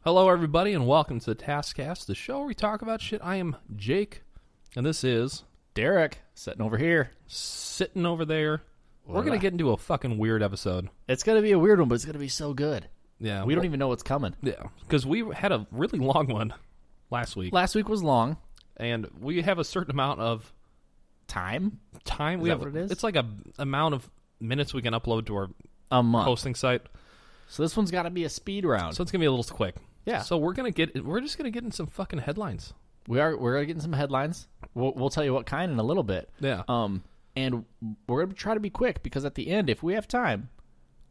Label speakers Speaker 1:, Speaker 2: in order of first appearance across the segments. Speaker 1: Hello, everybody, and welcome to the Taskcast, the show where we talk about shit. I am Jake, and this is
Speaker 2: Derek sitting over here.
Speaker 1: sitting over there. We're gonna get into a fucking weird episode.
Speaker 2: It's gonna be a weird one, but it's gonna be so good.
Speaker 1: Yeah,
Speaker 2: We don't even know what's coming.
Speaker 1: Yeah, because we had a really long one last week,
Speaker 2: Last week was long.
Speaker 1: and we have a certain amount of
Speaker 2: Time
Speaker 1: time. we
Speaker 2: that
Speaker 1: have
Speaker 2: what it is?
Speaker 1: it's like a amount of minutes we can upload to our
Speaker 2: a month.
Speaker 1: hosting site.
Speaker 2: So this one's got to be a speed round.
Speaker 1: Oh. So it's gonna be a little quick.
Speaker 2: Yeah.
Speaker 1: So we're gonna get we're just gonna get in some fucking headlines.
Speaker 2: we are we're getting some headlines. We'll, we'll tell you what kind in a little bit.
Speaker 1: Yeah.
Speaker 2: Um, and we're gonna try to be quick because at the end, if we have time,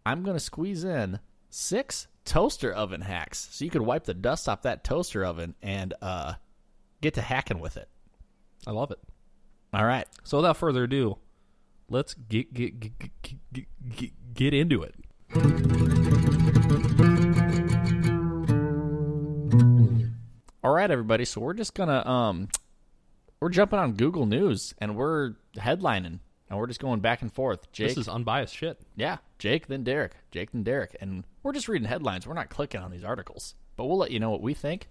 Speaker 2: I'm gonna squeeze in six toaster oven hacks so you could wipe the dust off that toaster oven and uh, get to hacking with it.
Speaker 1: I love it.
Speaker 2: All right.
Speaker 1: So without further ado, let's get get get get, get, get, get into it.
Speaker 2: All right, everybody. So we're just gonna um, we're jumping on Google News and we're headlining and we're just going back and forth. Jake,
Speaker 1: This is unbiased shit.
Speaker 2: yeah, Jake, then Derek, Jake, then Derek, and we're just reading headlines. We're not clicking on these articles, but we'll let you know what we think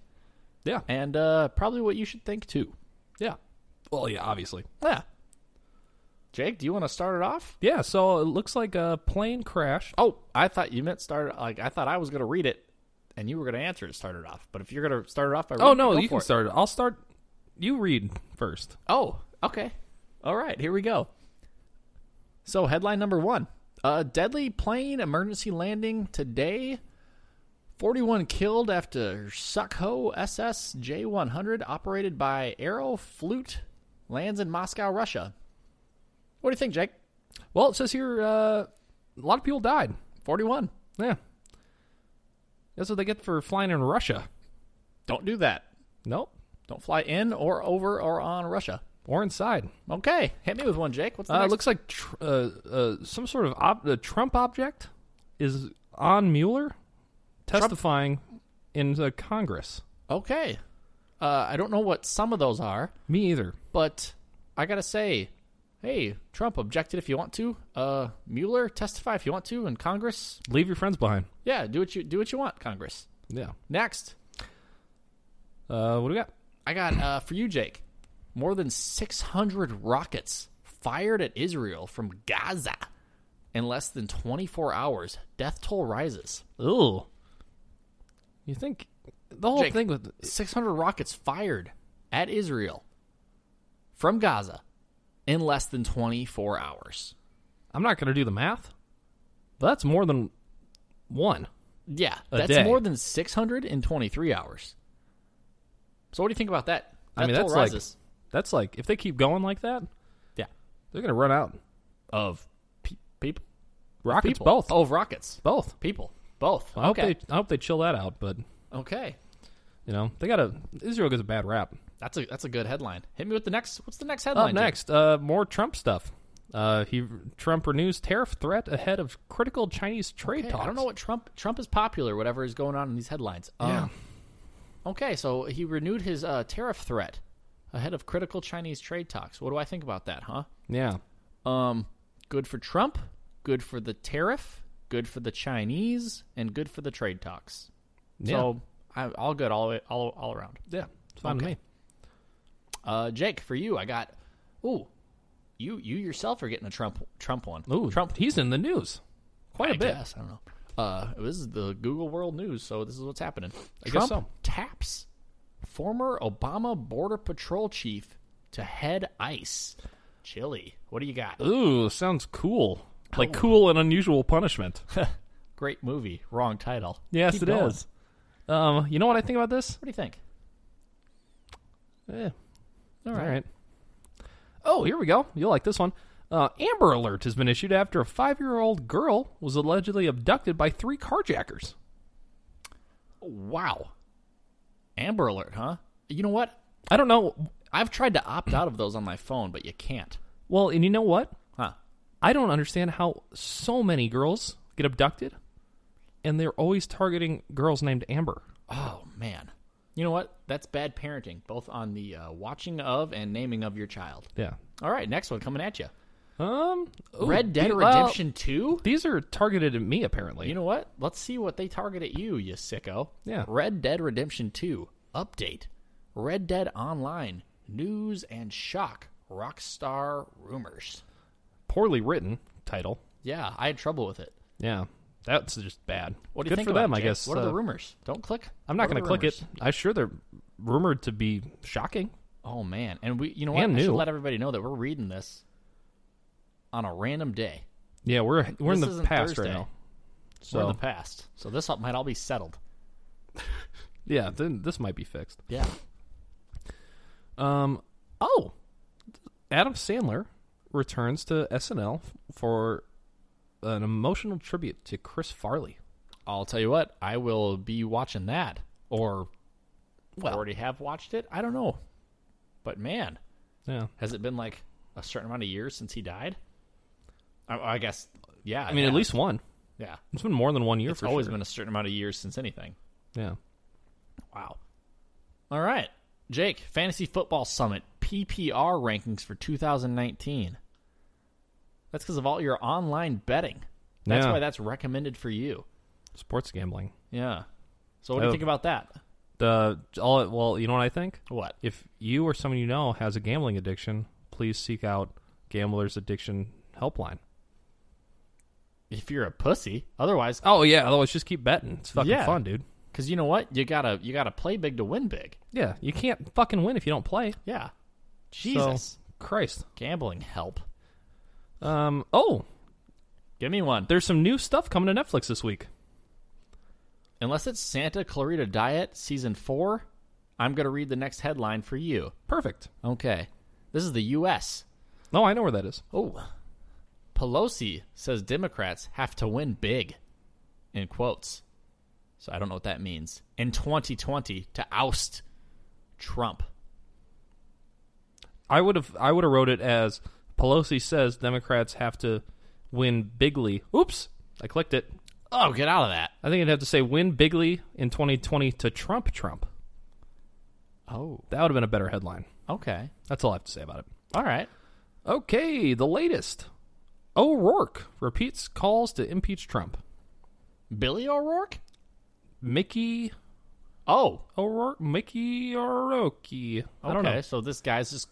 Speaker 1: Yeah.
Speaker 2: and uh, probably what you should think too.
Speaker 1: Yeah. Well, yeah, obviously.
Speaker 2: Yeah. Jake, do you want to start it off?
Speaker 1: Yeah, so it looks like a plane crashed.
Speaker 2: Oh, I thought you meant start. Like I thought I was gonna read it, and you were gonna answer to start it off. But if you're gonna start it off by
Speaker 1: Oh
Speaker 2: reading,
Speaker 1: no,
Speaker 2: go
Speaker 1: you
Speaker 2: for
Speaker 1: can
Speaker 2: it.
Speaker 1: start it. I'll start you read first.
Speaker 2: Oh, okay. All right, here we go. So, headline number one uh, Deadly plane emergency landing today. 41 killed after Sukho SS J 100 operated by Aero Flute lands in Moscow, Russia. What do you think, Jake?
Speaker 1: Well, it says here uh, a lot of people died.
Speaker 2: 41.
Speaker 1: Yeah. That's what they get for flying in Russia.
Speaker 2: Don't do that.
Speaker 1: Nope.
Speaker 2: Don't fly in or over or on Russia.
Speaker 1: Or inside.
Speaker 2: Okay, hit me with one, Jake. What's the
Speaker 1: Uh, it
Speaker 2: next?
Speaker 1: looks like tr- uh, uh, some sort of ob- uh, Trump object is on Mueller testifying in the Congress.
Speaker 2: okay. Uh, I don't know what some of those are.
Speaker 1: Me either.
Speaker 2: But I gotta say, hey, Trump objected if you want to. Uh, Mueller testify if you want to, and Congress,
Speaker 1: Leave your friends behind.
Speaker 2: yeah, do what you do what you want, Congress.
Speaker 1: Yeah.
Speaker 2: Next,
Speaker 1: Uh, what do we got?
Speaker 2: I got uh, for you, Jake. More than 600 rockets fired at Israel from Gaza in less than 24 hours. Death toll rises.
Speaker 1: Ooh. You think the whole
Speaker 2: Jake.
Speaker 1: thing with
Speaker 2: 600 rockets fired at Israel from Gaza in less than 24 hours.
Speaker 1: I'm not going to do the math. But that's more than one.
Speaker 2: Yeah,
Speaker 1: a
Speaker 2: that's
Speaker 1: day.
Speaker 2: more than 623 hours. So what do you think about that?
Speaker 1: I mean,
Speaker 2: That toll
Speaker 1: that's like-
Speaker 2: rises.
Speaker 1: That's like if they keep going like that,
Speaker 2: yeah,
Speaker 1: they're going to run out.
Speaker 2: of pe- people,
Speaker 1: Rockets
Speaker 2: people,
Speaker 1: both.
Speaker 2: oh, of rockets,
Speaker 1: Both.
Speaker 2: people, both.
Speaker 1: I hope
Speaker 2: okay,
Speaker 1: they I hope they chill that out, but
Speaker 2: okay,
Speaker 1: you know, they got to Israel gets a bad rap.
Speaker 2: that's a that's a good headline. Hit me with the next. What's the next
Speaker 1: Up
Speaker 2: headline? Jake?
Speaker 1: next, uh, more Trump stuff. Uh, he Trump renews tariff threat ahead of critical Chinese trade
Speaker 2: Okay,
Speaker 1: talks.
Speaker 2: I don't know what Trump Trump is popular. Whatever is going on in these headlines. Um,
Speaker 1: Yeah.
Speaker 2: Okay, so he renewed his uh, tariff threat ahead of critical Chinese trade talks. What do I think about that, huh?
Speaker 1: Yeah,
Speaker 2: Um, good for Trump, good for the tariff, good for the Chinese, and good for the trade talks. So I, all good, all all all around.
Speaker 1: yeah, it's fine with
Speaker 2: Okay.
Speaker 1: me.
Speaker 2: Uh, Jake, for you, I got. Ooh, you you yourself are getting a Trump Trump one.
Speaker 1: Ooh,
Speaker 2: Trump
Speaker 1: He's in the news quite a
Speaker 2: I
Speaker 1: bit.
Speaker 2: guess, I don't know. Uh, this is the Google World News, so this is what's happening.
Speaker 1: I guess
Speaker 2: Trump
Speaker 1: so.
Speaker 2: taps former Obama Border Patrol chief to head ICE. Chili. What do you got?
Speaker 1: Ooh, sounds cool. Like cool and unusual punishment.
Speaker 2: Great movie. Wrong title.
Speaker 1: Yes,
Speaker 2: Keep
Speaker 1: it is.
Speaker 2: going.
Speaker 1: Um, you know what I think about this?
Speaker 2: What do you think?
Speaker 1: Eh. All right. Oh, here we go. You'll like this one. Uh, Amber Alert has been issued after a five-year-old girl was allegedly abducted by three carjackers.
Speaker 2: Wow. Amber Alert, huh? You know what?
Speaker 1: I don't know.
Speaker 2: I've tried to opt out of those on my phone, but you can't.
Speaker 1: Well, and you know what?
Speaker 2: Huh.
Speaker 1: I don't understand how so many girls get abducted and they're always targeting girls named Amber.
Speaker 2: Oh, man. You know what? That's bad parenting, both on the uh, watching of and naming of your child.
Speaker 1: Yeah.
Speaker 2: All right, next one coming at you.
Speaker 1: Um, ooh,
Speaker 2: Red Dead
Speaker 1: the- well,
Speaker 2: Redemption 2?
Speaker 1: these are targeted at me apparently.
Speaker 2: You know what? Let's see what they target at you, you sicko.
Speaker 1: Yeah.
Speaker 2: Red Dead Redemption 2. Update. Red Dead Online. News and shock. Rockstar rumors.
Speaker 1: Poorly written title.
Speaker 2: Yeah, I had trouble with it.
Speaker 1: Yeah, that's just bad.
Speaker 2: What do you
Speaker 1: Good
Speaker 2: think
Speaker 1: for
Speaker 2: about
Speaker 1: them,
Speaker 2: it,
Speaker 1: I
Speaker 2: Jay?
Speaker 1: guess.
Speaker 2: What are the
Speaker 1: Uh,
Speaker 2: rumors? Don't click.
Speaker 1: I'm not
Speaker 2: What are
Speaker 1: going to
Speaker 2: the
Speaker 1: click
Speaker 2: rumors?
Speaker 1: it. I sure they're rumored to be shocking.
Speaker 2: Oh man, and we, you know what?
Speaker 1: And
Speaker 2: I should
Speaker 1: new.
Speaker 2: let everybody know that we're reading this on a random day.
Speaker 1: Yeah, we're we're
Speaker 2: This
Speaker 1: in the
Speaker 2: isn't
Speaker 1: past
Speaker 2: Thursday.
Speaker 1: right now.
Speaker 2: So we're in
Speaker 1: So
Speaker 2: the past, so this might all be settled.
Speaker 1: yeah, then this might be fixed.
Speaker 2: Yeah.
Speaker 1: Um, oh, Adam Sandler returns to SNL for an emotional tribute to Chris Farley.
Speaker 2: I'll tell you what, I will be watching that, or already have watched it. I don't know, but man,
Speaker 1: Yeah,
Speaker 2: has it been like a certain amount of years since he died? I, I guess, yeah.
Speaker 1: I mean at least one.
Speaker 2: yeah.
Speaker 1: It's been more than one year
Speaker 2: It's
Speaker 1: for
Speaker 2: always
Speaker 1: sure.
Speaker 2: been a certain amount of years since anything.
Speaker 1: Yeah.
Speaker 2: Wow. All right. Jake, Fantasy Football Summit PPR rankings for 2019. That's because of all your online betting. That's
Speaker 1: Yeah.
Speaker 2: why that's recommended for you.
Speaker 1: Sports gambling.
Speaker 2: Yeah. So what do you
Speaker 1: Oh.
Speaker 2: think about that?
Speaker 1: The all well, you know what I think?
Speaker 2: What?
Speaker 1: If you or someone you know has a gambling addiction, please seek out Gamblers Addiction Helpline.
Speaker 2: If you're a pussy, otherwise,
Speaker 1: Oh yeah, otherwise just keep betting. It's fucking
Speaker 2: Yeah.
Speaker 1: fun, dude.
Speaker 2: because you know what, you gotta you gotta play big to win big.
Speaker 1: Yeah, you can't fucking win if you don't play.
Speaker 2: Yeah. Jesus,
Speaker 1: So, Christ.
Speaker 2: gambling help.
Speaker 1: Um. Oh,
Speaker 2: Give me one.
Speaker 1: there's some new stuff coming to Netflix this week.
Speaker 2: Unless it's Santa Clarita Diet season four, I'm gonna read the next headline for you.
Speaker 1: Perfect.
Speaker 2: Okay. This is the U.S.
Speaker 1: No, I know where that is.
Speaker 2: Oh. Pelosi says Democrats have to win big, in quotes. So I don't know what that means. In 2020 to oust Trump.
Speaker 1: I would have. I would have wrote it as Pelosi says Democrats have to win bigly. Oops, I clicked it.
Speaker 2: Oh, get out of that.
Speaker 1: I think I'd have to say win bigly in 2020 to Trump. Trump.
Speaker 2: Oh.
Speaker 1: That would have been a better headline.
Speaker 2: Okay.
Speaker 1: That's all I have to say about it.
Speaker 2: All right.
Speaker 1: Okay, the latest. O'Rourke repeats calls to impeach Trump.
Speaker 2: Billy O'Rourke?
Speaker 1: Mickey
Speaker 2: Oh.
Speaker 1: O'Rourke, Mickey O'Rourke. I
Speaker 2: Okay.
Speaker 1: don't know.
Speaker 2: So this guy's just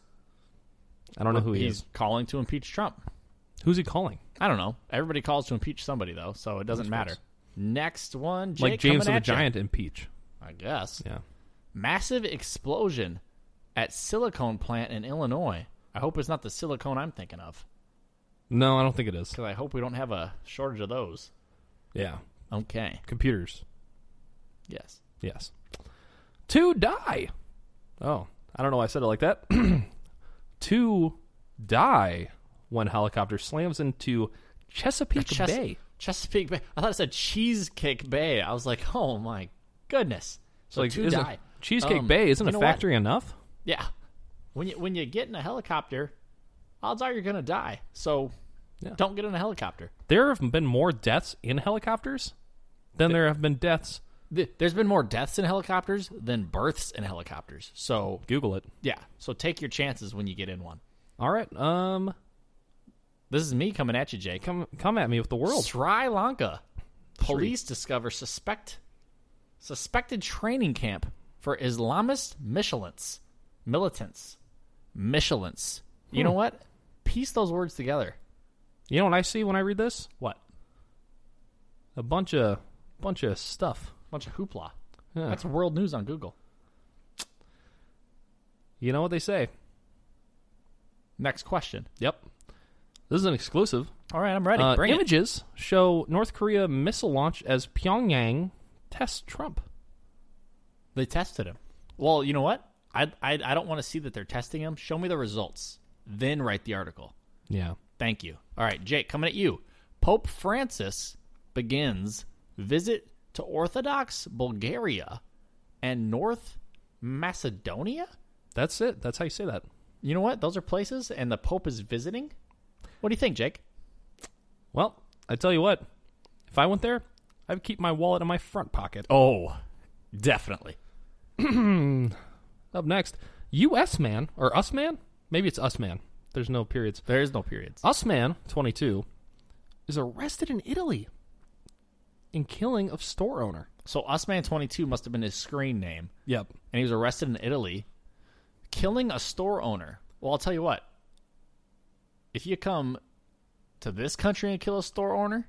Speaker 1: I don't know who he
Speaker 2: he's
Speaker 1: is.
Speaker 2: calling to impeach Trump.
Speaker 1: Who's he calling?
Speaker 2: I don't know. Everybody calls to impeach somebody though, so it doesn't matter. Next one, Jake,
Speaker 1: like James
Speaker 2: coming
Speaker 1: of the
Speaker 2: at ya.
Speaker 1: Giant impeach.
Speaker 2: I guess.
Speaker 1: Yeah.
Speaker 2: massive explosion at silicone plant in Illinois. I hope it's not the silicone I'm thinking of,
Speaker 1: No, I don't think it is.
Speaker 2: because I hope we don't have a shortage of those.
Speaker 1: Yeah.
Speaker 2: Okay.
Speaker 1: Computers.
Speaker 2: Yes.
Speaker 1: Yes. To die. Oh, I don't know why I said it like that. to die when helicopter slams into Chesapeake
Speaker 2: Chesa-
Speaker 1: Bay.
Speaker 2: Chesapeake Bay. I thought it said Cheesecake Bay. I was like, oh my goodness. So
Speaker 1: Like,
Speaker 2: to
Speaker 1: isn't-
Speaker 2: die.
Speaker 1: Cheesecake
Speaker 2: Um,
Speaker 1: Bay isn't
Speaker 2: you
Speaker 1: a
Speaker 2: know what?
Speaker 1: factory enough?
Speaker 2: Yeah. When you when you get in a helicopter, odds are you're gonna die. So
Speaker 1: Yeah.
Speaker 2: don't get in a helicopter.
Speaker 1: There have been more deaths in helicopters than there have been deaths.
Speaker 2: Th- There's been more deaths in helicopters than births in helicopters. So
Speaker 1: Google it.
Speaker 2: yeah. So take your chances when you get in one.
Speaker 1: All right. Um,
Speaker 2: This is me coming at you, Jake.
Speaker 1: come come at me with the world.
Speaker 2: Sri Lanka. Police discover suspect suspected training camp for Islamist militants. Militants. Militants. You know what? Piece those words together.
Speaker 1: You know what I see when I read this?
Speaker 2: What?
Speaker 1: A bunch of bunch of stuff.
Speaker 2: Bunch of hoopla.
Speaker 1: Yeah.
Speaker 2: That's world news on Google.
Speaker 1: You know what they say?
Speaker 2: Next question.
Speaker 1: Yep. This is an exclusive.
Speaker 2: All right, I'm ready.
Speaker 1: Uh,
Speaker 2: Bring it.
Speaker 1: images show North Korea missile launch as Pyongyang tests Trump.
Speaker 2: They tested him. Well, you know what? I I, I don't want to see that they're testing him. Show me the results. Then write the article.
Speaker 1: Yeah.
Speaker 2: Thank you. All right, Jake, coming at you. Pope Francis begins visit to Orthodox Bulgaria and North Macedonia.
Speaker 1: That's it. That's how you say that.
Speaker 2: You know what? Those are places, and the Pope is visiting. What do you think, Jake?
Speaker 1: Well, I tell you what. If I went there, I would keep my wallet in my front pocket.
Speaker 2: Oh, definitely.
Speaker 1: Up next, U.S. man or us man? Maybe it's us man. There's no periods.
Speaker 2: There is no periods.
Speaker 1: Usman, 22, is arrested in Italy in killing of store owner.
Speaker 2: So Usman22 must have been his screen name,
Speaker 1: Yep.
Speaker 2: and he was arrested in Italy, killing a store owner. Well, I'll tell you what. If you come to this country and kill a store owner,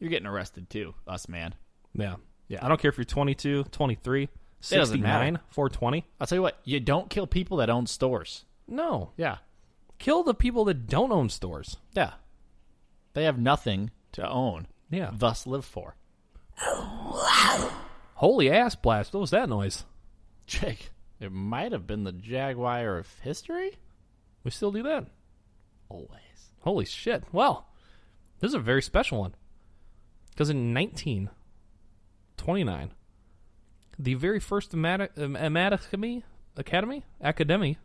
Speaker 2: you're getting arrested too, us man.
Speaker 1: Yeah. Yeah. I don't care if you're 22, 23,
Speaker 2: doesn't matter.
Speaker 1: 69, 420.
Speaker 2: I'll tell you what, you don't kill people that own stores.
Speaker 1: No.
Speaker 2: Yeah.
Speaker 1: Kill the people that don't own stores.
Speaker 2: Yeah. They have nothing to own,
Speaker 1: Yeah.
Speaker 2: thus live for.
Speaker 1: Holy ass blast. What was that noise?
Speaker 2: Jake, it might have been the Jaguar of history?
Speaker 1: We still do that.
Speaker 2: Always.
Speaker 1: Holy shit. Well, this is a very special one. Because in 1929, the very first Amata- um, Amatacademy Academy Academy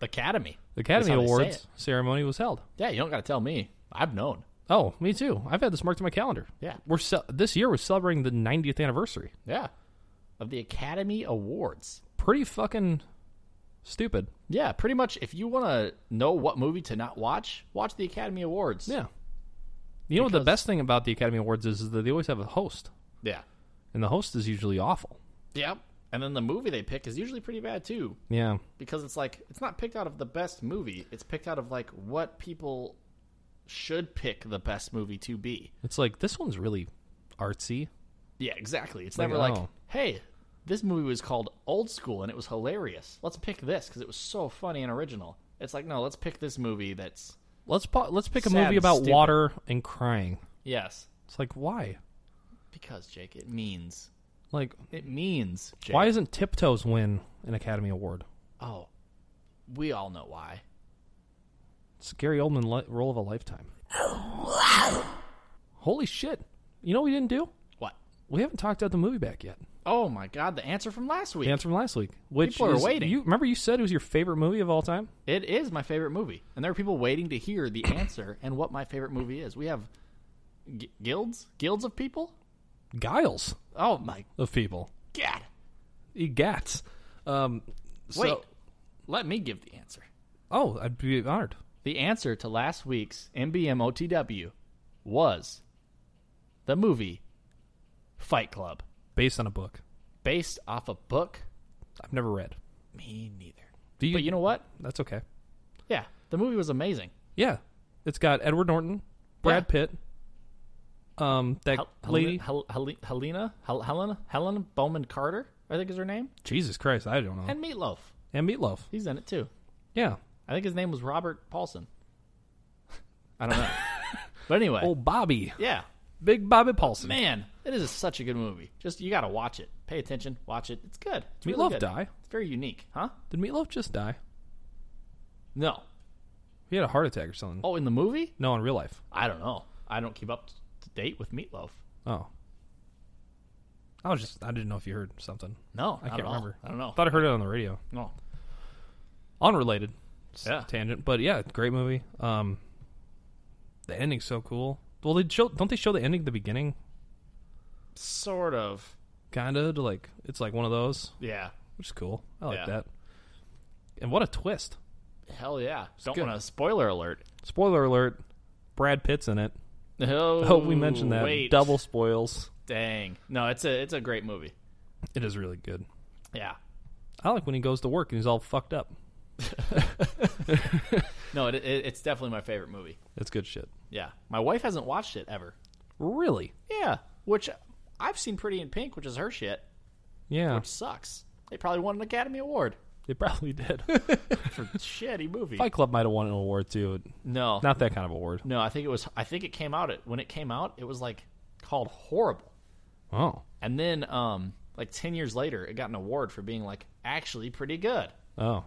Speaker 2: The Academy.
Speaker 1: Academy
Speaker 2: how they say
Speaker 1: Awards
Speaker 2: it.
Speaker 1: ceremony was held.
Speaker 2: Yeah, you don't got to tell me. I've known.
Speaker 1: Oh, me too. I've had this marked on my calendar.
Speaker 2: Yeah.
Speaker 1: We're ce- this year we're celebrating the 90th anniversary.
Speaker 2: Yeah. Of the Academy Awards.
Speaker 1: Pretty fucking stupid.
Speaker 2: Yeah, pretty much if you want to know what movie to not watch, watch the Academy Awards.
Speaker 1: Yeah. You know what the best thing about the Academy Awards is, is that they always have a host,
Speaker 2: Yeah.
Speaker 1: and the host is usually awful.
Speaker 2: Yep. And then the movie they pick is usually pretty bad too
Speaker 1: Yeah.
Speaker 2: because it's like it's not picked out of the best movie, it's picked out of like what people should pick the best movie to be.
Speaker 1: It's like this one's really artsy.
Speaker 2: Yeah, exactly. It's
Speaker 1: Like,
Speaker 2: never like,
Speaker 1: oh.
Speaker 2: hey, this movie was called Old School and it was hilarious. Let's pick this because it was so funny and original. It's like, no, let's pick this movie that's,
Speaker 1: Let's po- let's pick a
Speaker 2: Sad
Speaker 1: movie
Speaker 2: and
Speaker 1: about
Speaker 2: stupid.
Speaker 1: water and crying.
Speaker 2: yes,
Speaker 1: It's like why?
Speaker 2: because, Jake, it means.
Speaker 1: Like
Speaker 2: It means, Jake.
Speaker 1: why doesn't Tiptoes win an Academy Award?
Speaker 2: Oh, we all know why.
Speaker 1: It's Gary Oldman li- role of a lifetime. Holy shit! You know what we didn't do?
Speaker 2: What?
Speaker 1: We haven't talked about the movie back yet.
Speaker 2: Oh my God! The answer from last week.
Speaker 1: The answer from last week, which
Speaker 2: People are
Speaker 1: is-
Speaker 2: waiting.
Speaker 1: You remember you said it was your favorite movie of all time?
Speaker 2: It is my favorite movie, and there are people waiting to hear the answer and what my favorite movie is. We have g- guilds, guilds of people.
Speaker 1: Giles
Speaker 2: Oh my
Speaker 1: of people.
Speaker 2: God!
Speaker 1: Egats. Um, so-
Speaker 2: Wait, let me give the answer.
Speaker 1: oh, I'd be honored.
Speaker 2: The answer to last week's MBM OTW was the movie Fight Club,
Speaker 1: Based on a book
Speaker 2: based off a book.
Speaker 1: I've never read.
Speaker 2: Me neither.
Speaker 1: Do you?
Speaker 2: But you know what?
Speaker 1: that's okay.
Speaker 2: Yeah, the movie was amazing.
Speaker 1: Yeah, it's got Edward Norton, Brad
Speaker 2: Yeah.
Speaker 1: Pitt, um, that
Speaker 2: Hel- Hel-
Speaker 1: lady.
Speaker 2: Hel- Hel- Helena, Hel- Helen, Helen Bowman Carter, I think is her name,
Speaker 1: Jesus Christ, I don't know. And,
Speaker 2: and Meatloaf.
Speaker 1: Meatloaf.
Speaker 2: He's in it too.
Speaker 1: Yeah,
Speaker 2: I think his name was Robert Paulson. I don't know, but anyway,
Speaker 1: old Bobby,
Speaker 2: yeah,
Speaker 1: Big Bobby Paulson.
Speaker 2: man, it is such a good movie. Just you got to watch it, pay attention, watch it. It's good. It's really
Speaker 1: Meatloaf
Speaker 2: good.
Speaker 1: die?
Speaker 2: It's very unique, huh?
Speaker 1: Did Meatloaf just die?
Speaker 2: No.
Speaker 1: He had a heart attack or something.
Speaker 2: Oh, in the movie?
Speaker 1: No, in real life.
Speaker 2: I don't know. I don't keep up to date with Meatloaf.
Speaker 1: Oh, I was just I didn't know if you heard something.
Speaker 2: No,
Speaker 1: I
Speaker 2: not
Speaker 1: can't
Speaker 2: at all.
Speaker 1: remember.
Speaker 2: I don't know.
Speaker 1: Thought I heard it on the radio.
Speaker 2: No.
Speaker 1: Unrelated. s-
Speaker 2: Yeah.
Speaker 1: Tangent, but yeah, great movie. Um, the ending's so cool. Well, they show don't they show the ending at the beginning?
Speaker 2: Sort of.
Speaker 1: Kind of like it's like one of those.
Speaker 2: Yeah.
Speaker 1: which is cool. I like
Speaker 2: Yeah.
Speaker 1: that. And what a twist!
Speaker 2: Hell yeah. Don't
Speaker 1: good.
Speaker 2: want to spoiler alert.
Speaker 1: Spoiler alert: Brad Pitt's in it.
Speaker 2: Oh,
Speaker 1: I hope we mentioned that.
Speaker 2: Wait.
Speaker 1: Double spoils.
Speaker 2: Dang. No, it's a it's a great movie.
Speaker 1: It is really good.
Speaker 2: Yeah.
Speaker 1: I like when he goes to work and he's all fucked up.
Speaker 2: No, it, it, it's definitely my favorite movie.
Speaker 1: It's good shit.
Speaker 2: Yeah. My wife hasn't watched it ever.
Speaker 1: Really?
Speaker 2: Yeah. Which I've seen Pretty in Pink, which is her shit.
Speaker 1: Yeah,
Speaker 2: Which sucks. They probably won an Academy Award
Speaker 1: they probably did.
Speaker 2: for shitty movie.
Speaker 1: Fight Club might have won an award too.
Speaker 2: No.
Speaker 1: Not that kind of award.
Speaker 2: No, I think it was. I think it came out. It when it came out, it was like called horrible.
Speaker 1: Oh,
Speaker 2: And then, um, like ten years later, it got an award for being like actually pretty good.
Speaker 1: oh,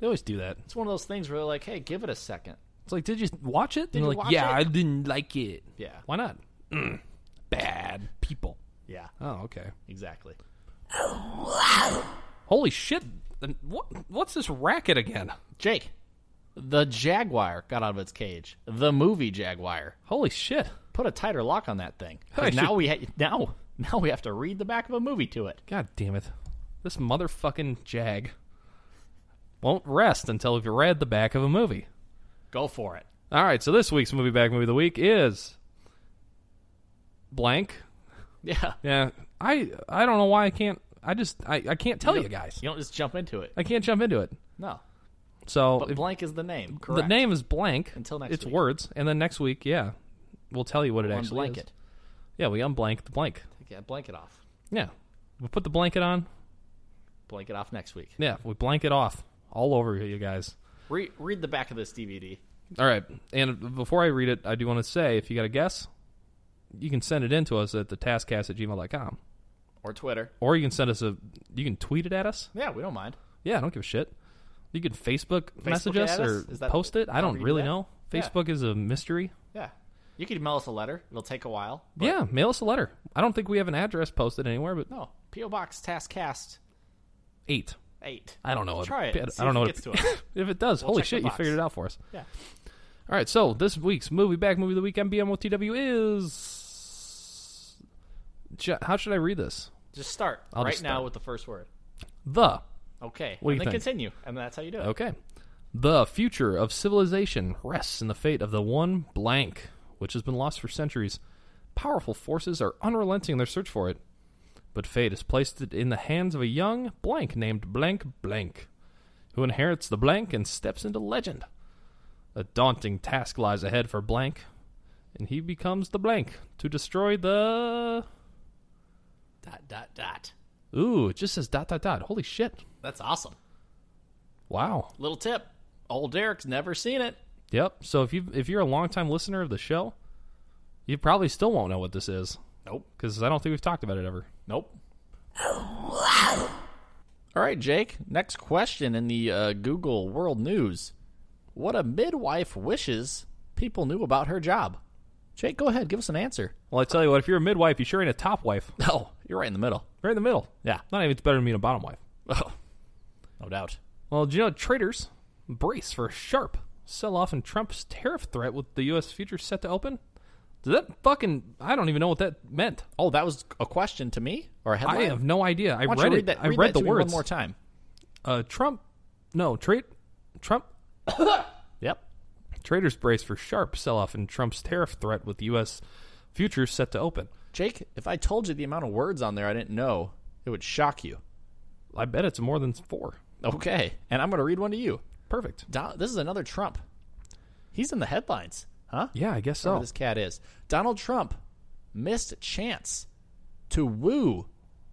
Speaker 1: they always do that.
Speaker 2: It's one of those things where they're like, hey, give it a second.
Speaker 1: It's like, did you watch it?
Speaker 2: you
Speaker 1: and they're like,
Speaker 2: watch
Speaker 1: yeah,
Speaker 2: it?
Speaker 1: I didn't like it.
Speaker 2: Yeah.
Speaker 1: Why not? Mm. Bad people.
Speaker 2: Yeah.
Speaker 1: Oh, okay.
Speaker 2: Exactly.
Speaker 1: Holy shit! Then What, what's this racket again?
Speaker 2: Jake, the Jaguar got out of its cage. The movie Jaguar.
Speaker 1: Holy shit!
Speaker 2: Put a tighter lock on that thing. 'Cause
Speaker 1: I
Speaker 2: now
Speaker 1: should-
Speaker 2: we ha- now now we have to read the back of a movie to it.
Speaker 1: God damn it. This motherfucking jag won't rest until we've read the back of a movie.
Speaker 2: Go for it.
Speaker 1: All right, so this week's movie bag movie of the week is blank.
Speaker 2: Yeah.
Speaker 1: Yeah, I I don't know why I can't. I just I, I can't tell you guys.
Speaker 2: You don't just jump into it.
Speaker 1: I can't jump into it.
Speaker 2: No.
Speaker 1: So
Speaker 2: But
Speaker 1: if
Speaker 2: blank is the name. Correct.
Speaker 1: the name is blank
Speaker 2: Until next
Speaker 1: It's
Speaker 2: week.
Speaker 1: words, and then next week, yeah, we'll tell you what it
Speaker 2: One
Speaker 1: actually
Speaker 2: blanket.
Speaker 1: is. Yeah, we unblank the blank.
Speaker 2: Take that blanket off.
Speaker 1: Yeah, we put the blanket on.
Speaker 2: Blanket off next week.
Speaker 1: Yeah, we blank it off all over you guys.
Speaker 2: Re- read the back of this DVD.
Speaker 1: All right, and before I read it, I do want to say if you got a guess, you can send it in to us at the taskcast at gmail.com.
Speaker 2: Or Twitter.
Speaker 1: or you can send us a you can tweet it at us
Speaker 2: Yeah, we don't mind.
Speaker 1: yeah i don't give a shit you can facebook, message
Speaker 2: it
Speaker 1: us
Speaker 2: at
Speaker 1: or
Speaker 2: us? Is that
Speaker 1: post it i
Speaker 2: how
Speaker 1: don't
Speaker 2: we do
Speaker 1: really
Speaker 2: that?
Speaker 1: know
Speaker 2: Yeah.
Speaker 1: facebook is a mystery
Speaker 2: Yeah. You could mail us a letter. It'll take a while.
Speaker 1: yeah mail us a letter i don't think we have an address posted anywhere but
Speaker 2: No. P.O. Box Taskcast
Speaker 1: eight
Speaker 2: 8.
Speaker 1: i don't know what-
Speaker 2: Try it.
Speaker 1: I,
Speaker 2: See
Speaker 1: don't
Speaker 2: if
Speaker 1: know what
Speaker 2: it gets to us.
Speaker 1: if it does
Speaker 2: We'll
Speaker 1: holy
Speaker 2: check the
Speaker 1: shit you
Speaker 2: box.
Speaker 1: figured it out for us
Speaker 2: Yeah.
Speaker 1: all right so this week's movie back movie of the week mbm with tw is Ju- how should i read this
Speaker 2: Just start
Speaker 1: I'll
Speaker 2: right
Speaker 1: just
Speaker 2: now
Speaker 1: start.
Speaker 2: with the first word.
Speaker 1: the
Speaker 2: Okay.
Speaker 1: What do
Speaker 2: and
Speaker 1: you
Speaker 2: then
Speaker 1: think?
Speaker 2: continue. And that's how you do it.
Speaker 1: Okay. The future of civilization rests in the fate of the one blank, which has been lost for centuries. Powerful forces are unrelenting in their search for it, but fate has placed it in the hands of a young blank named Blank Blank, who inherits the blank and steps into legend. A daunting task lies ahead for Blank, and he becomes the blank to destroy the.
Speaker 2: Dot, dot, dot.
Speaker 1: Ooh, it just says dot dot dot. Holy shit.
Speaker 2: That's awesome.
Speaker 1: Wow.
Speaker 2: Little tip. Old Derek's never seen it.
Speaker 1: Yep. So if you if you're a longtime listener of the show, you probably still won't know what this is
Speaker 2: Nope.
Speaker 1: because I don't think we've talked about it ever.
Speaker 2: Nope. All right, Jake. Next question in the uh, Google World News. What a midwife wishes people knew about her job. Jake, go ahead. Give us an answer.
Speaker 1: Well, I tell you what, if you're a midwife, you sure ain't a top wife.
Speaker 2: No, you're right in the middle.
Speaker 1: Right in the middle.
Speaker 2: Yeah.
Speaker 1: Not even it's better than being a bottom wife.
Speaker 2: Oh, no doubt.
Speaker 1: Well, do you know traders brace for a sharp sell off in Trump's tariff threat with the U.S. futures set to open? Did that fucking I don't even know what that meant.
Speaker 2: Oh, that was a question to me or a headline.
Speaker 1: I have no idea. I
Speaker 2: Why
Speaker 1: read,
Speaker 2: don't you
Speaker 1: it.
Speaker 2: read that?
Speaker 1: I
Speaker 2: read
Speaker 1: read,
Speaker 2: that
Speaker 1: the
Speaker 2: to me
Speaker 1: words.
Speaker 2: one more time.
Speaker 1: Uh, Trump, no trade. Trump
Speaker 2: Yep.
Speaker 1: Traders brace for sharp sell off in Trump's tariff threat with U.S. futures set to open.
Speaker 2: Jake, if I told you the amount of words on there I didn't know, it would shock you.
Speaker 1: I bet it's more than four.
Speaker 2: Okay, and I'm going to read one to you.
Speaker 1: Perfect.
Speaker 2: Don- this is another Trump. He's in the headlines, huh?
Speaker 1: Yeah, I guess so.
Speaker 2: Whoever this cat is. Donald Trump missed a chance to woo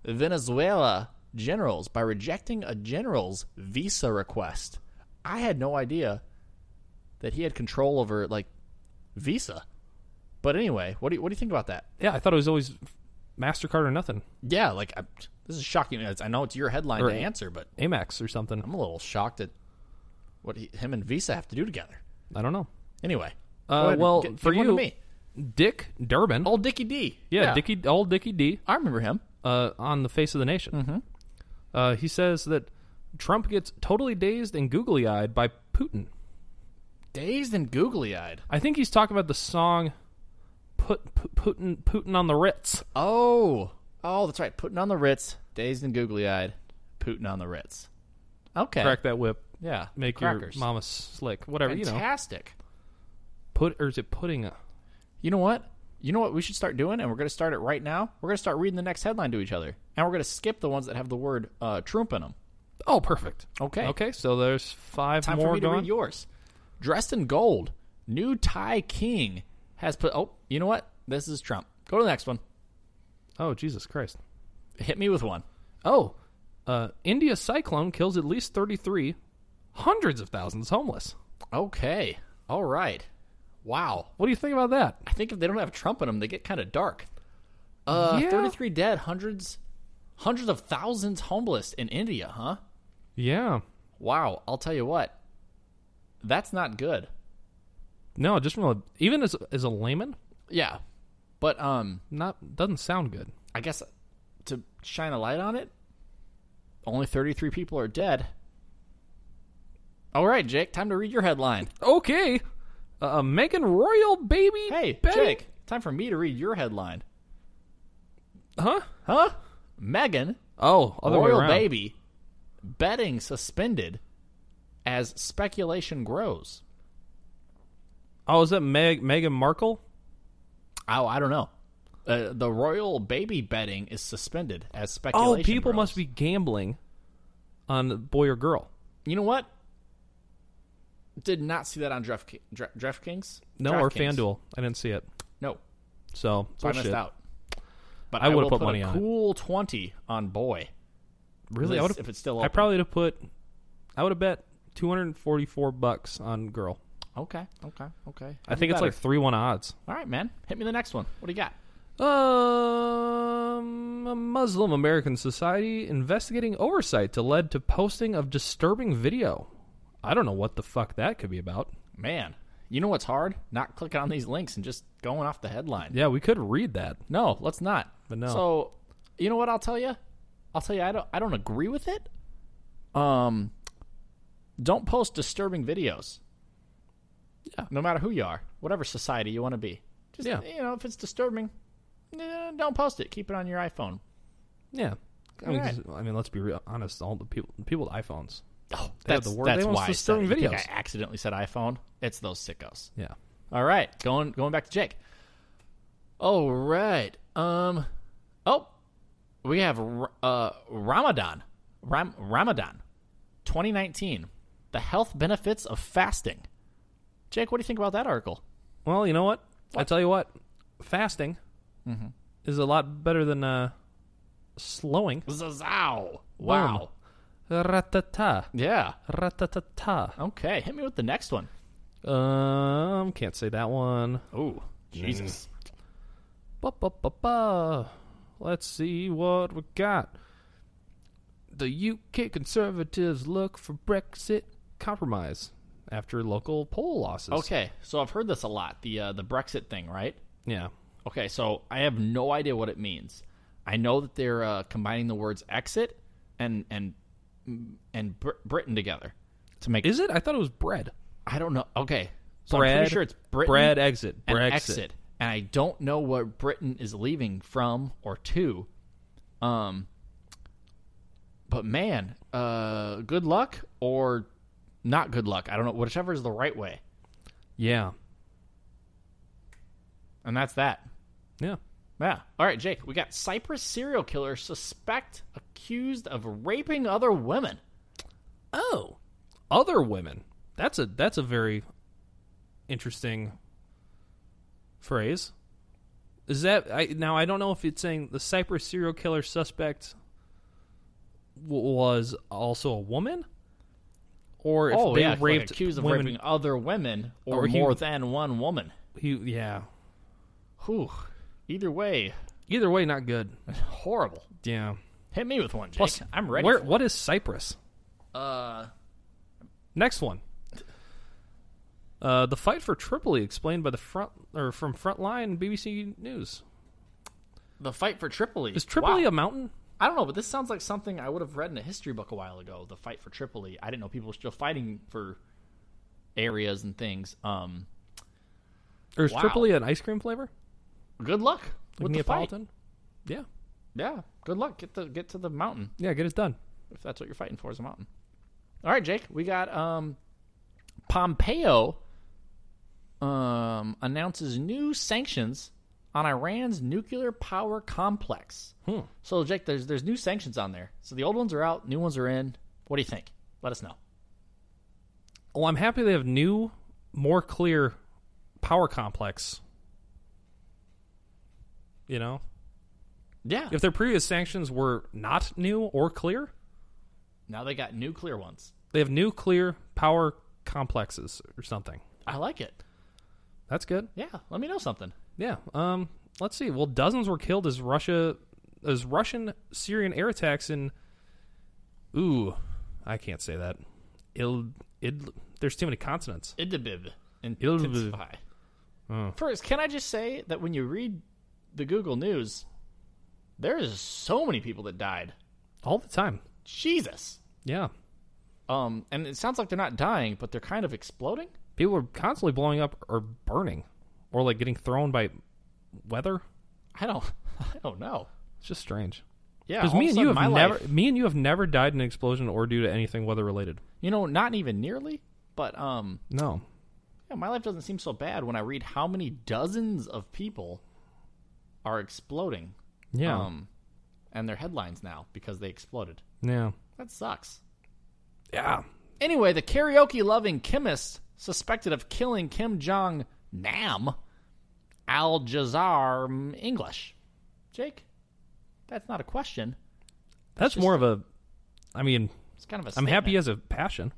Speaker 2: Venezuela generals by rejecting a general's visa request. I had no idea that he had control over like visa. But anyway, what do you, what do you think about that?
Speaker 1: Yeah, I thought it was always Mastercard or nothing,
Speaker 2: Yeah, like I, this is shocking. It's- I know it's your headline
Speaker 1: Or-
Speaker 2: to answer, but
Speaker 1: Amex or something.
Speaker 2: I'm a little shocked at what he, him and Visa have to do together.
Speaker 1: I don't know.
Speaker 2: Anyway, go
Speaker 1: Uh,
Speaker 2: ahead,
Speaker 1: well,
Speaker 2: gi-
Speaker 1: for
Speaker 2: give one to
Speaker 1: you,
Speaker 2: me.
Speaker 1: Dick Durbin.
Speaker 2: old Dickie D.
Speaker 1: yeah, Dickie, old Dickie D.
Speaker 2: I remember him.
Speaker 1: Uh, on the face of the nation.
Speaker 2: Mm-hmm.
Speaker 1: Uh, he says that Trump gets totally dazed and googly eyed by Putin.
Speaker 2: Dazed and googly eyed.
Speaker 1: I think he's talking about the song "Put Put- Putin Putin on the Ritz."
Speaker 2: Oh, oh, that's right. Putin on the Ritz. Dazed and googly eyed. Putin on the Ritz. Okay.
Speaker 1: Crack that whip.
Speaker 2: Yeah.
Speaker 1: Make
Speaker 2: crackers.
Speaker 1: your mama slick. Whatever you know.
Speaker 2: Fantastic.
Speaker 1: Put or is it putting? A,
Speaker 2: You know what? You know what we should start doing, and we're going to start it right now. We're going to start reading the next headline to each other, and we're going to skip the ones that have the word uh, Trump in them.
Speaker 1: oh, perfect.
Speaker 2: Okay.
Speaker 1: Okay, so there's five
Speaker 2: Time
Speaker 1: more
Speaker 2: for me to
Speaker 1: gone.
Speaker 2: read yours. Dressed in gold, new Thai king has put. Oh, you know what? This is Trump. Go to the next one.
Speaker 1: oh, Jesus Christ.
Speaker 2: Hit me with one.
Speaker 1: Oh, uh, India cyclone kills at least 33, hundreds of thousands homeless.
Speaker 2: Okay. All right. Wow.
Speaker 1: What do you think about that?
Speaker 2: I think if they don't have Trump in them, they get kind of dark. Uh,
Speaker 1: Yeah.
Speaker 2: 33 dead, hundreds, hundreds of thousands homeless in India, huh?
Speaker 1: Yeah.
Speaker 2: Wow. I'll tell you what. That's not good.
Speaker 1: No, just from a, even as as a layman,
Speaker 2: Yeah. But um,
Speaker 1: not doesn't sound good.
Speaker 2: I guess to shine a light on it, only 33 people are dead. All right, Jake, time to read your headline.
Speaker 1: Okay. Uh, Megan Royal baby.
Speaker 2: Hey,
Speaker 1: Betty-
Speaker 2: Jake, time for me to read your headline.
Speaker 1: Huh?
Speaker 2: Huh? Megan,
Speaker 1: Oh, other way
Speaker 2: royal
Speaker 1: around.
Speaker 2: baby, betting suspended as speculation grows.
Speaker 1: Oh, is that Meg Meghan Markle?
Speaker 2: Oh, I don't know. Uh, the royal baby betting is suspended as
Speaker 1: Oh,
Speaker 2: speculation.
Speaker 1: people must be
Speaker 2: rules.
Speaker 1: gambling on boy or girl.
Speaker 2: You know what? Did not see that on Draft Dra- DraftKings.
Speaker 1: No, or
Speaker 2: DraftKings.
Speaker 1: FanDuel. I didn't see it.
Speaker 2: No,
Speaker 1: So,
Speaker 2: so I missed
Speaker 1: bullshit.
Speaker 2: out. But
Speaker 1: I
Speaker 2: will
Speaker 1: would've put money
Speaker 2: a
Speaker 1: on it.
Speaker 2: cool twenty on boy.
Speaker 1: Really, I
Speaker 2: If
Speaker 1: would.
Speaker 2: it's- if it's still
Speaker 1: I
Speaker 2: open.
Speaker 1: probably would have put. I would have bet two hundred and forty-four bucks on girl.
Speaker 2: Okay, okay, okay.
Speaker 1: I think it's like three-one odds.
Speaker 2: all right, man. Hit me the next one. What do you got?
Speaker 1: Um, a Muslim American society investigating oversight to lead to posting of disturbing video. I don't know what the fuck that could be about.
Speaker 2: Man, you know what's hard? Not clicking on these links and just going off the headline.
Speaker 1: Yeah, we could read that.
Speaker 2: No, let's not.
Speaker 1: But no.
Speaker 2: So, you know what I'll tell you? I'll tell you I don't I don't agree with it. Um don't post disturbing videos.
Speaker 1: Yeah.
Speaker 2: No matter who you are, whatever society you want to be. Just
Speaker 1: Yeah.
Speaker 2: you know, if it's disturbing, eh, don't post it. Keep it on your iPhone.
Speaker 1: Yeah, I mean,
Speaker 2: Alright.
Speaker 1: just- I mean, let's be real honest. All the people, the people with iPhones.
Speaker 2: Oh,
Speaker 1: They have
Speaker 2: that's
Speaker 1: the word-
Speaker 2: that's
Speaker 1: they want
Speaker 2: why I, said
Speaker 1: disturbing
Speaker 2: it. You think
Speaker 1: videos.
Speaker 2: I accidentally said iPhone. It's those sickos.
Speaker 1: Yeah,
Speaker 2: All right, going going back to Jake. All right. Um. Oh, we have R- uh Ramadan, Ram- Ramadan, 2019, the health benefits of fasting. Jake, what do you think about that article?
Speaker 1: Well, you know what? Mm-hmm. I tell you what, fasting is a lot better than uh, slowing.
Speaker 2: Zazow! Wow.
Speaker 1: Ratata,
Speaker 2: Yeah.
Speaker 1: ratata.
Speaker 2: Okay. Hit me with the next one.
Speaker 1: Um, can't say that one.
Speaker 2: Oh, Jesus.
Speaker 1: Ba, ba, ba, ba. Let's see what we got. The UK Conservatives look for Brexit compromise after local poll losses.
Speaker 2: Okay. So I've heard this a lot. The uh, the Brexit thing, right?
Speaker 1: Yeah.
Speaker 2: Okay, so I have no idea what it means. I know that they're uh, combining the words exit and and mm, and Br- Britain together to make.
Speaker 1: Is it? I thought it was bread.
Speaker 2: I don't know. Okay, so I'm
Speaker 1: bread.
Speaker 2: pretty sure it's Britain
Speaker 1: Bread exit.
Speaker 2: and
Speaker 1: Brexit.
Speaker 2: exit, and I don't know what Britain is leaving from or to. Um, but man, uh, good luck or not good luck. I don't know. Whichever is the right way,
Speaker 1: Yeah.
Speaker 2: and that's that.
Speaker 1: Yeah.
Speaker 2: Yeah. All right, Jake. We got Cyprus serial killer suspect accused of raping other women.
Speaker 1: Oh, other women. That's a that's a very interesting phrase. Is that I now I don't know if it's saying the Cyprus serial killer suspect w- was also a woman or if
Speaker 2: oh
Speaker 1: they
Speaker 2: yeah, like,
Speaker 1: raped
Speaker 2: accused of
Speaker 1: women
Speaker 2: raping other women or,
Speaker 1: Or he-
Speaker 2: more than one woman.
Speaker 1: he, yeah.
Speaker 2: Whew. Either way,
Speaker 1: Either way not good.
Speaker 2: horrible.
Speaker 1: Yeah.
Speaker 2: Hit me with one, Jake.
Speaker 1: Plus,
Speaker 2: I'm ready.
Speaker 1: Where
Speaker 2: for
Speaker 1: what is Cyprus?
Speaker 2: it. Uh,
Speaker 1: Next one. Uh, the fight for Tripoli explained by the front or from Frontline BBC News.
Speaker 2: the fight for Tripoli.
Speaker 1: Is Tripoli
Speaker 2: Wow.
Speaker 1: a mountain?
Speaker 2: I don't know, but this sounds like something I would have read in a history book a while ago. The fight for Tripoli. I didn't know people were still fighting for areas and things. Um,
Speaker 1: Or is
Speaker 2: Wow.
Speaker 1: Tripoli an ice cream flavor?
Speaker 2: good luck
Speaker 1: Like
Speaker 2: with the fight.
Speaker 1: Neapolitan? Yeah.
Speaker 2: Yeah, good luck. Get the get to the mountain.
Speaker 1: Yeah, get it done.
Speaker 2: if that's what you're fighting for is a mountain. All right, Jake, we got um, Pompeo um, announces new sanctions on Iran's nuclear power complex.
Speaker 1: Hmm.
Speaker 2: So, Jake, there's there's new sanctions on there. So the old ones are out, new ones are in. What do you think? Let us know.
Speaker 1: Well, I'm happy they have new, more clear power complex. You know?
Speaker 2: Yeah.
Speaker 1: If their previous sanctions were not new or clear,
Speaker 2: Now they got nuclear ones.
Speaker 1: they have new clear power complexes or something.
Speaker 2: I like it.
Speaker 1: That's good.
Speaker 2: Yeah. Let me know something.
Speaker 1: Yeah. Um let's see. Well, dozens were killed as Russia as Russian Syrian air attacks in Ooh, I can't say that. Il, Idl, there's too many consonants.
Speaker 2: Idlib
Speaker 1: Idlib.
Speaker 2: intensify.
Speaker 1: Oh.
Speaker 2: First, can I just say that when you read the Google News, there is so many people that died.
Speaker 1: All the time.
Speaker 2: Jesus.
Speaker 1: Yeah.
Speaker 2: Um, and it sounds like they're not dying, but they're kind of exploding.
Speaker 1: People are constantly blowing up or burning or like getting thrown by weather.
Speaker 2: I don't, I don't know.
Speaker 1: It's just strange.
Speaker 2: Yeah,
Speaker 1: Because
Speaker 2: all
Speaker 1: me
Speaker 2: of a
Speaker 1: and you
Speaker 2: sudden,
Speaker 1: have
Speaker 2: my
Speaker 1: never
Speaker 2: life-
Speaker 1: me and you have never died in an explosion or due to anything weather related.
Speaker 2: you know, not even nearly, but um,
Speaker 1: No.
Speaker 2: yeah, my life doesn't seem so bad when I read how many dozens of people are exploding.
Speaker 1: Yeah.
Speaker 2: Um, and their headlines now because they exploded.
Speaker 1: yeah.
Speaker 2: That sucks.
Speaker 1: Yeah.
Speaker 2: Anyway, the karaoke loving chemist suspected of killing Kim Jong Nam Al Jazar English. Jake, that's not a question.
Speaker 1: That's more of a. I mean,
Speaker 2: It's kind of a
Speaker 1: I'm happy he
Speaker 2: statement.
Speaker 1: has a passion.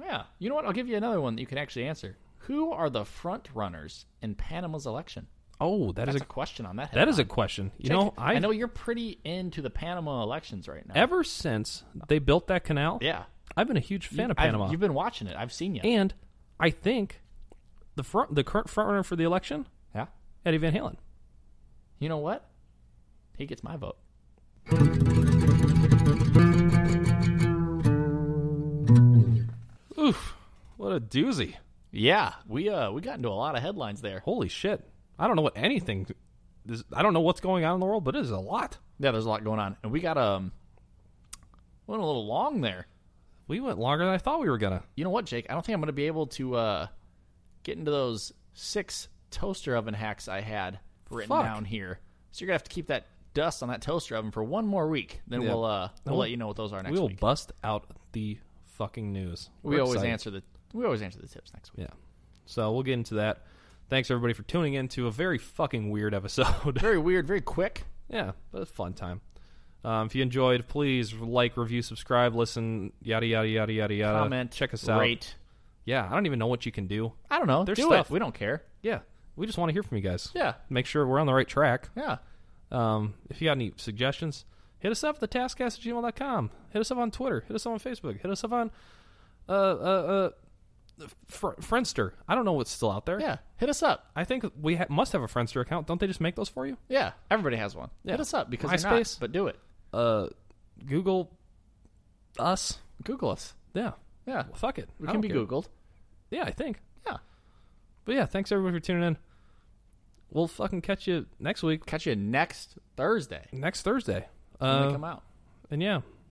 Speaker 2: Yeah. You know what? I'll give you another one that you can actually answer. Who are the front runners in Panama's election?
Speaker 1: Oh, that is
Speaker 2: That's
Speaker 1: a
Speaker 2: a question on that.
Speaker 1: that is a
Speaker 2: headline.
Speaker 1: question. You
Speaker 2: Jake,
Speaker 1: know, I,
Speaker 2: I know you're pretty into the Panama elections right now.
Speaker 1: ever since they built that canal,
Speaker 2: yeah.
Speaker 1: I've been a huge fan of
Speaker 2: I've-
Speaker 1: Panama.
Speaker 2: you've been watching it. I've seen you.
Speaker 1: and I think the front the current frontrunner for the election,
Speaker 2: yeah.
Speaker 1: Eddie Van Halen.
Speaker 2: You know what? He gets my vote.
Speaker 1: Oof. What a doozy.
Speaker 2: Yeah, we uh we got into a lot of headlines there.
Speaker 1: Holy shit. I don't know what anything this, I don't know what's going on in the world, but it is a lot.
Speaker 2: Yeah, there's a lot going on, and we got um went a little long there.
Speaker 1: We went longer than I thought we were gonna.
Speaker 2: You know what, Jake? I don't think I'm gonna be able to uh get into those six toaster oven hacks I had written
Speaker 1: Fuck.
Speaker 2: down here. So you're gonna have to keep that dust on that toaster oven for one more week. Then
Speaker 1: Yeah.
Speaker 2: we'll uh we'll let you know what those are next
Speaker 1: we will
Speaker 2: week.
Speaker 1: bust out the fucking news.
Speaker 2: We
Speaker 1: We're
Speaker 2: always
Speaker 1: excited.
Speaker 2: answer the we always answer the tips next week.
Speaker 1: Yeah. So we'll get into that. Thanks everybody for tuning in to a very fucking weird episode.
Speaker 2: Very weird, very quick.
Speaker 1: Yeah, but it's a fun time. Um, if you enjoyed, please like, review, subscribe, listen, yada yada yada yada yada.
Speaker 2: Comment.
Speaker 1: Uh, check us out.
Speaker 2: Rate.
Speaker 1: Yeah, I don't even know what you can do.
Speaker 2: I don't know.
Speaker 1: There's
Speaker 2: Do
Speaker 1: stuff.
Speaker 2: it. We don't care.
Speaker 1: Yeah, we just want to hear from you guys.
Speaker 2: Yeah.
Speaker 1: make sure we're on the right track.
Speaker 2: Yeah.
Speaker 1: Um, if you got any suggestions, hit us up at the taskcast at gmail.com. Hit us up on Twitter. Hit us up on Facebook. Hit us up on uh uh, uh Fr- Friendster. I don't know what's still out there.
Speaker 2: Yeah. Hit us up.
Speaker 1: I think we ha- must have a Friendster account. Don't they just make those for you?
Speaker 2: Yeah, everybody has one.
Speaker 1: Yeah.
Speaker 2: Hit us up because they're not,
Speaker 1: MySpace.
Speaker 2: but do it.
Speaker 1: Uh, Google us.
Speaker 2: Google us.
Speaker 1: Yeah.
Speaker 2: Yeah,
Speaker 1: Well, fuck it.
Speaker 2: we
Speaker 1: I
Speaker 2: can
Speaker 1: don't
Speaker 2: be
Speaker 1: care.
Speaker 2: Googled.
Speaker 1: Oh, Yeah, I think.
Speaker 2: Yeah,
Speaker 1: But yeah, thanks everybody for tuning in. We'll fucking catch you next week,
Speaker 2: catch you next Thursday
Speaker 1: next Thursday.
Speaker 2: when they
Speaker 1: Uh,
Speaker 2: come out.
Speaker 1: and yeah,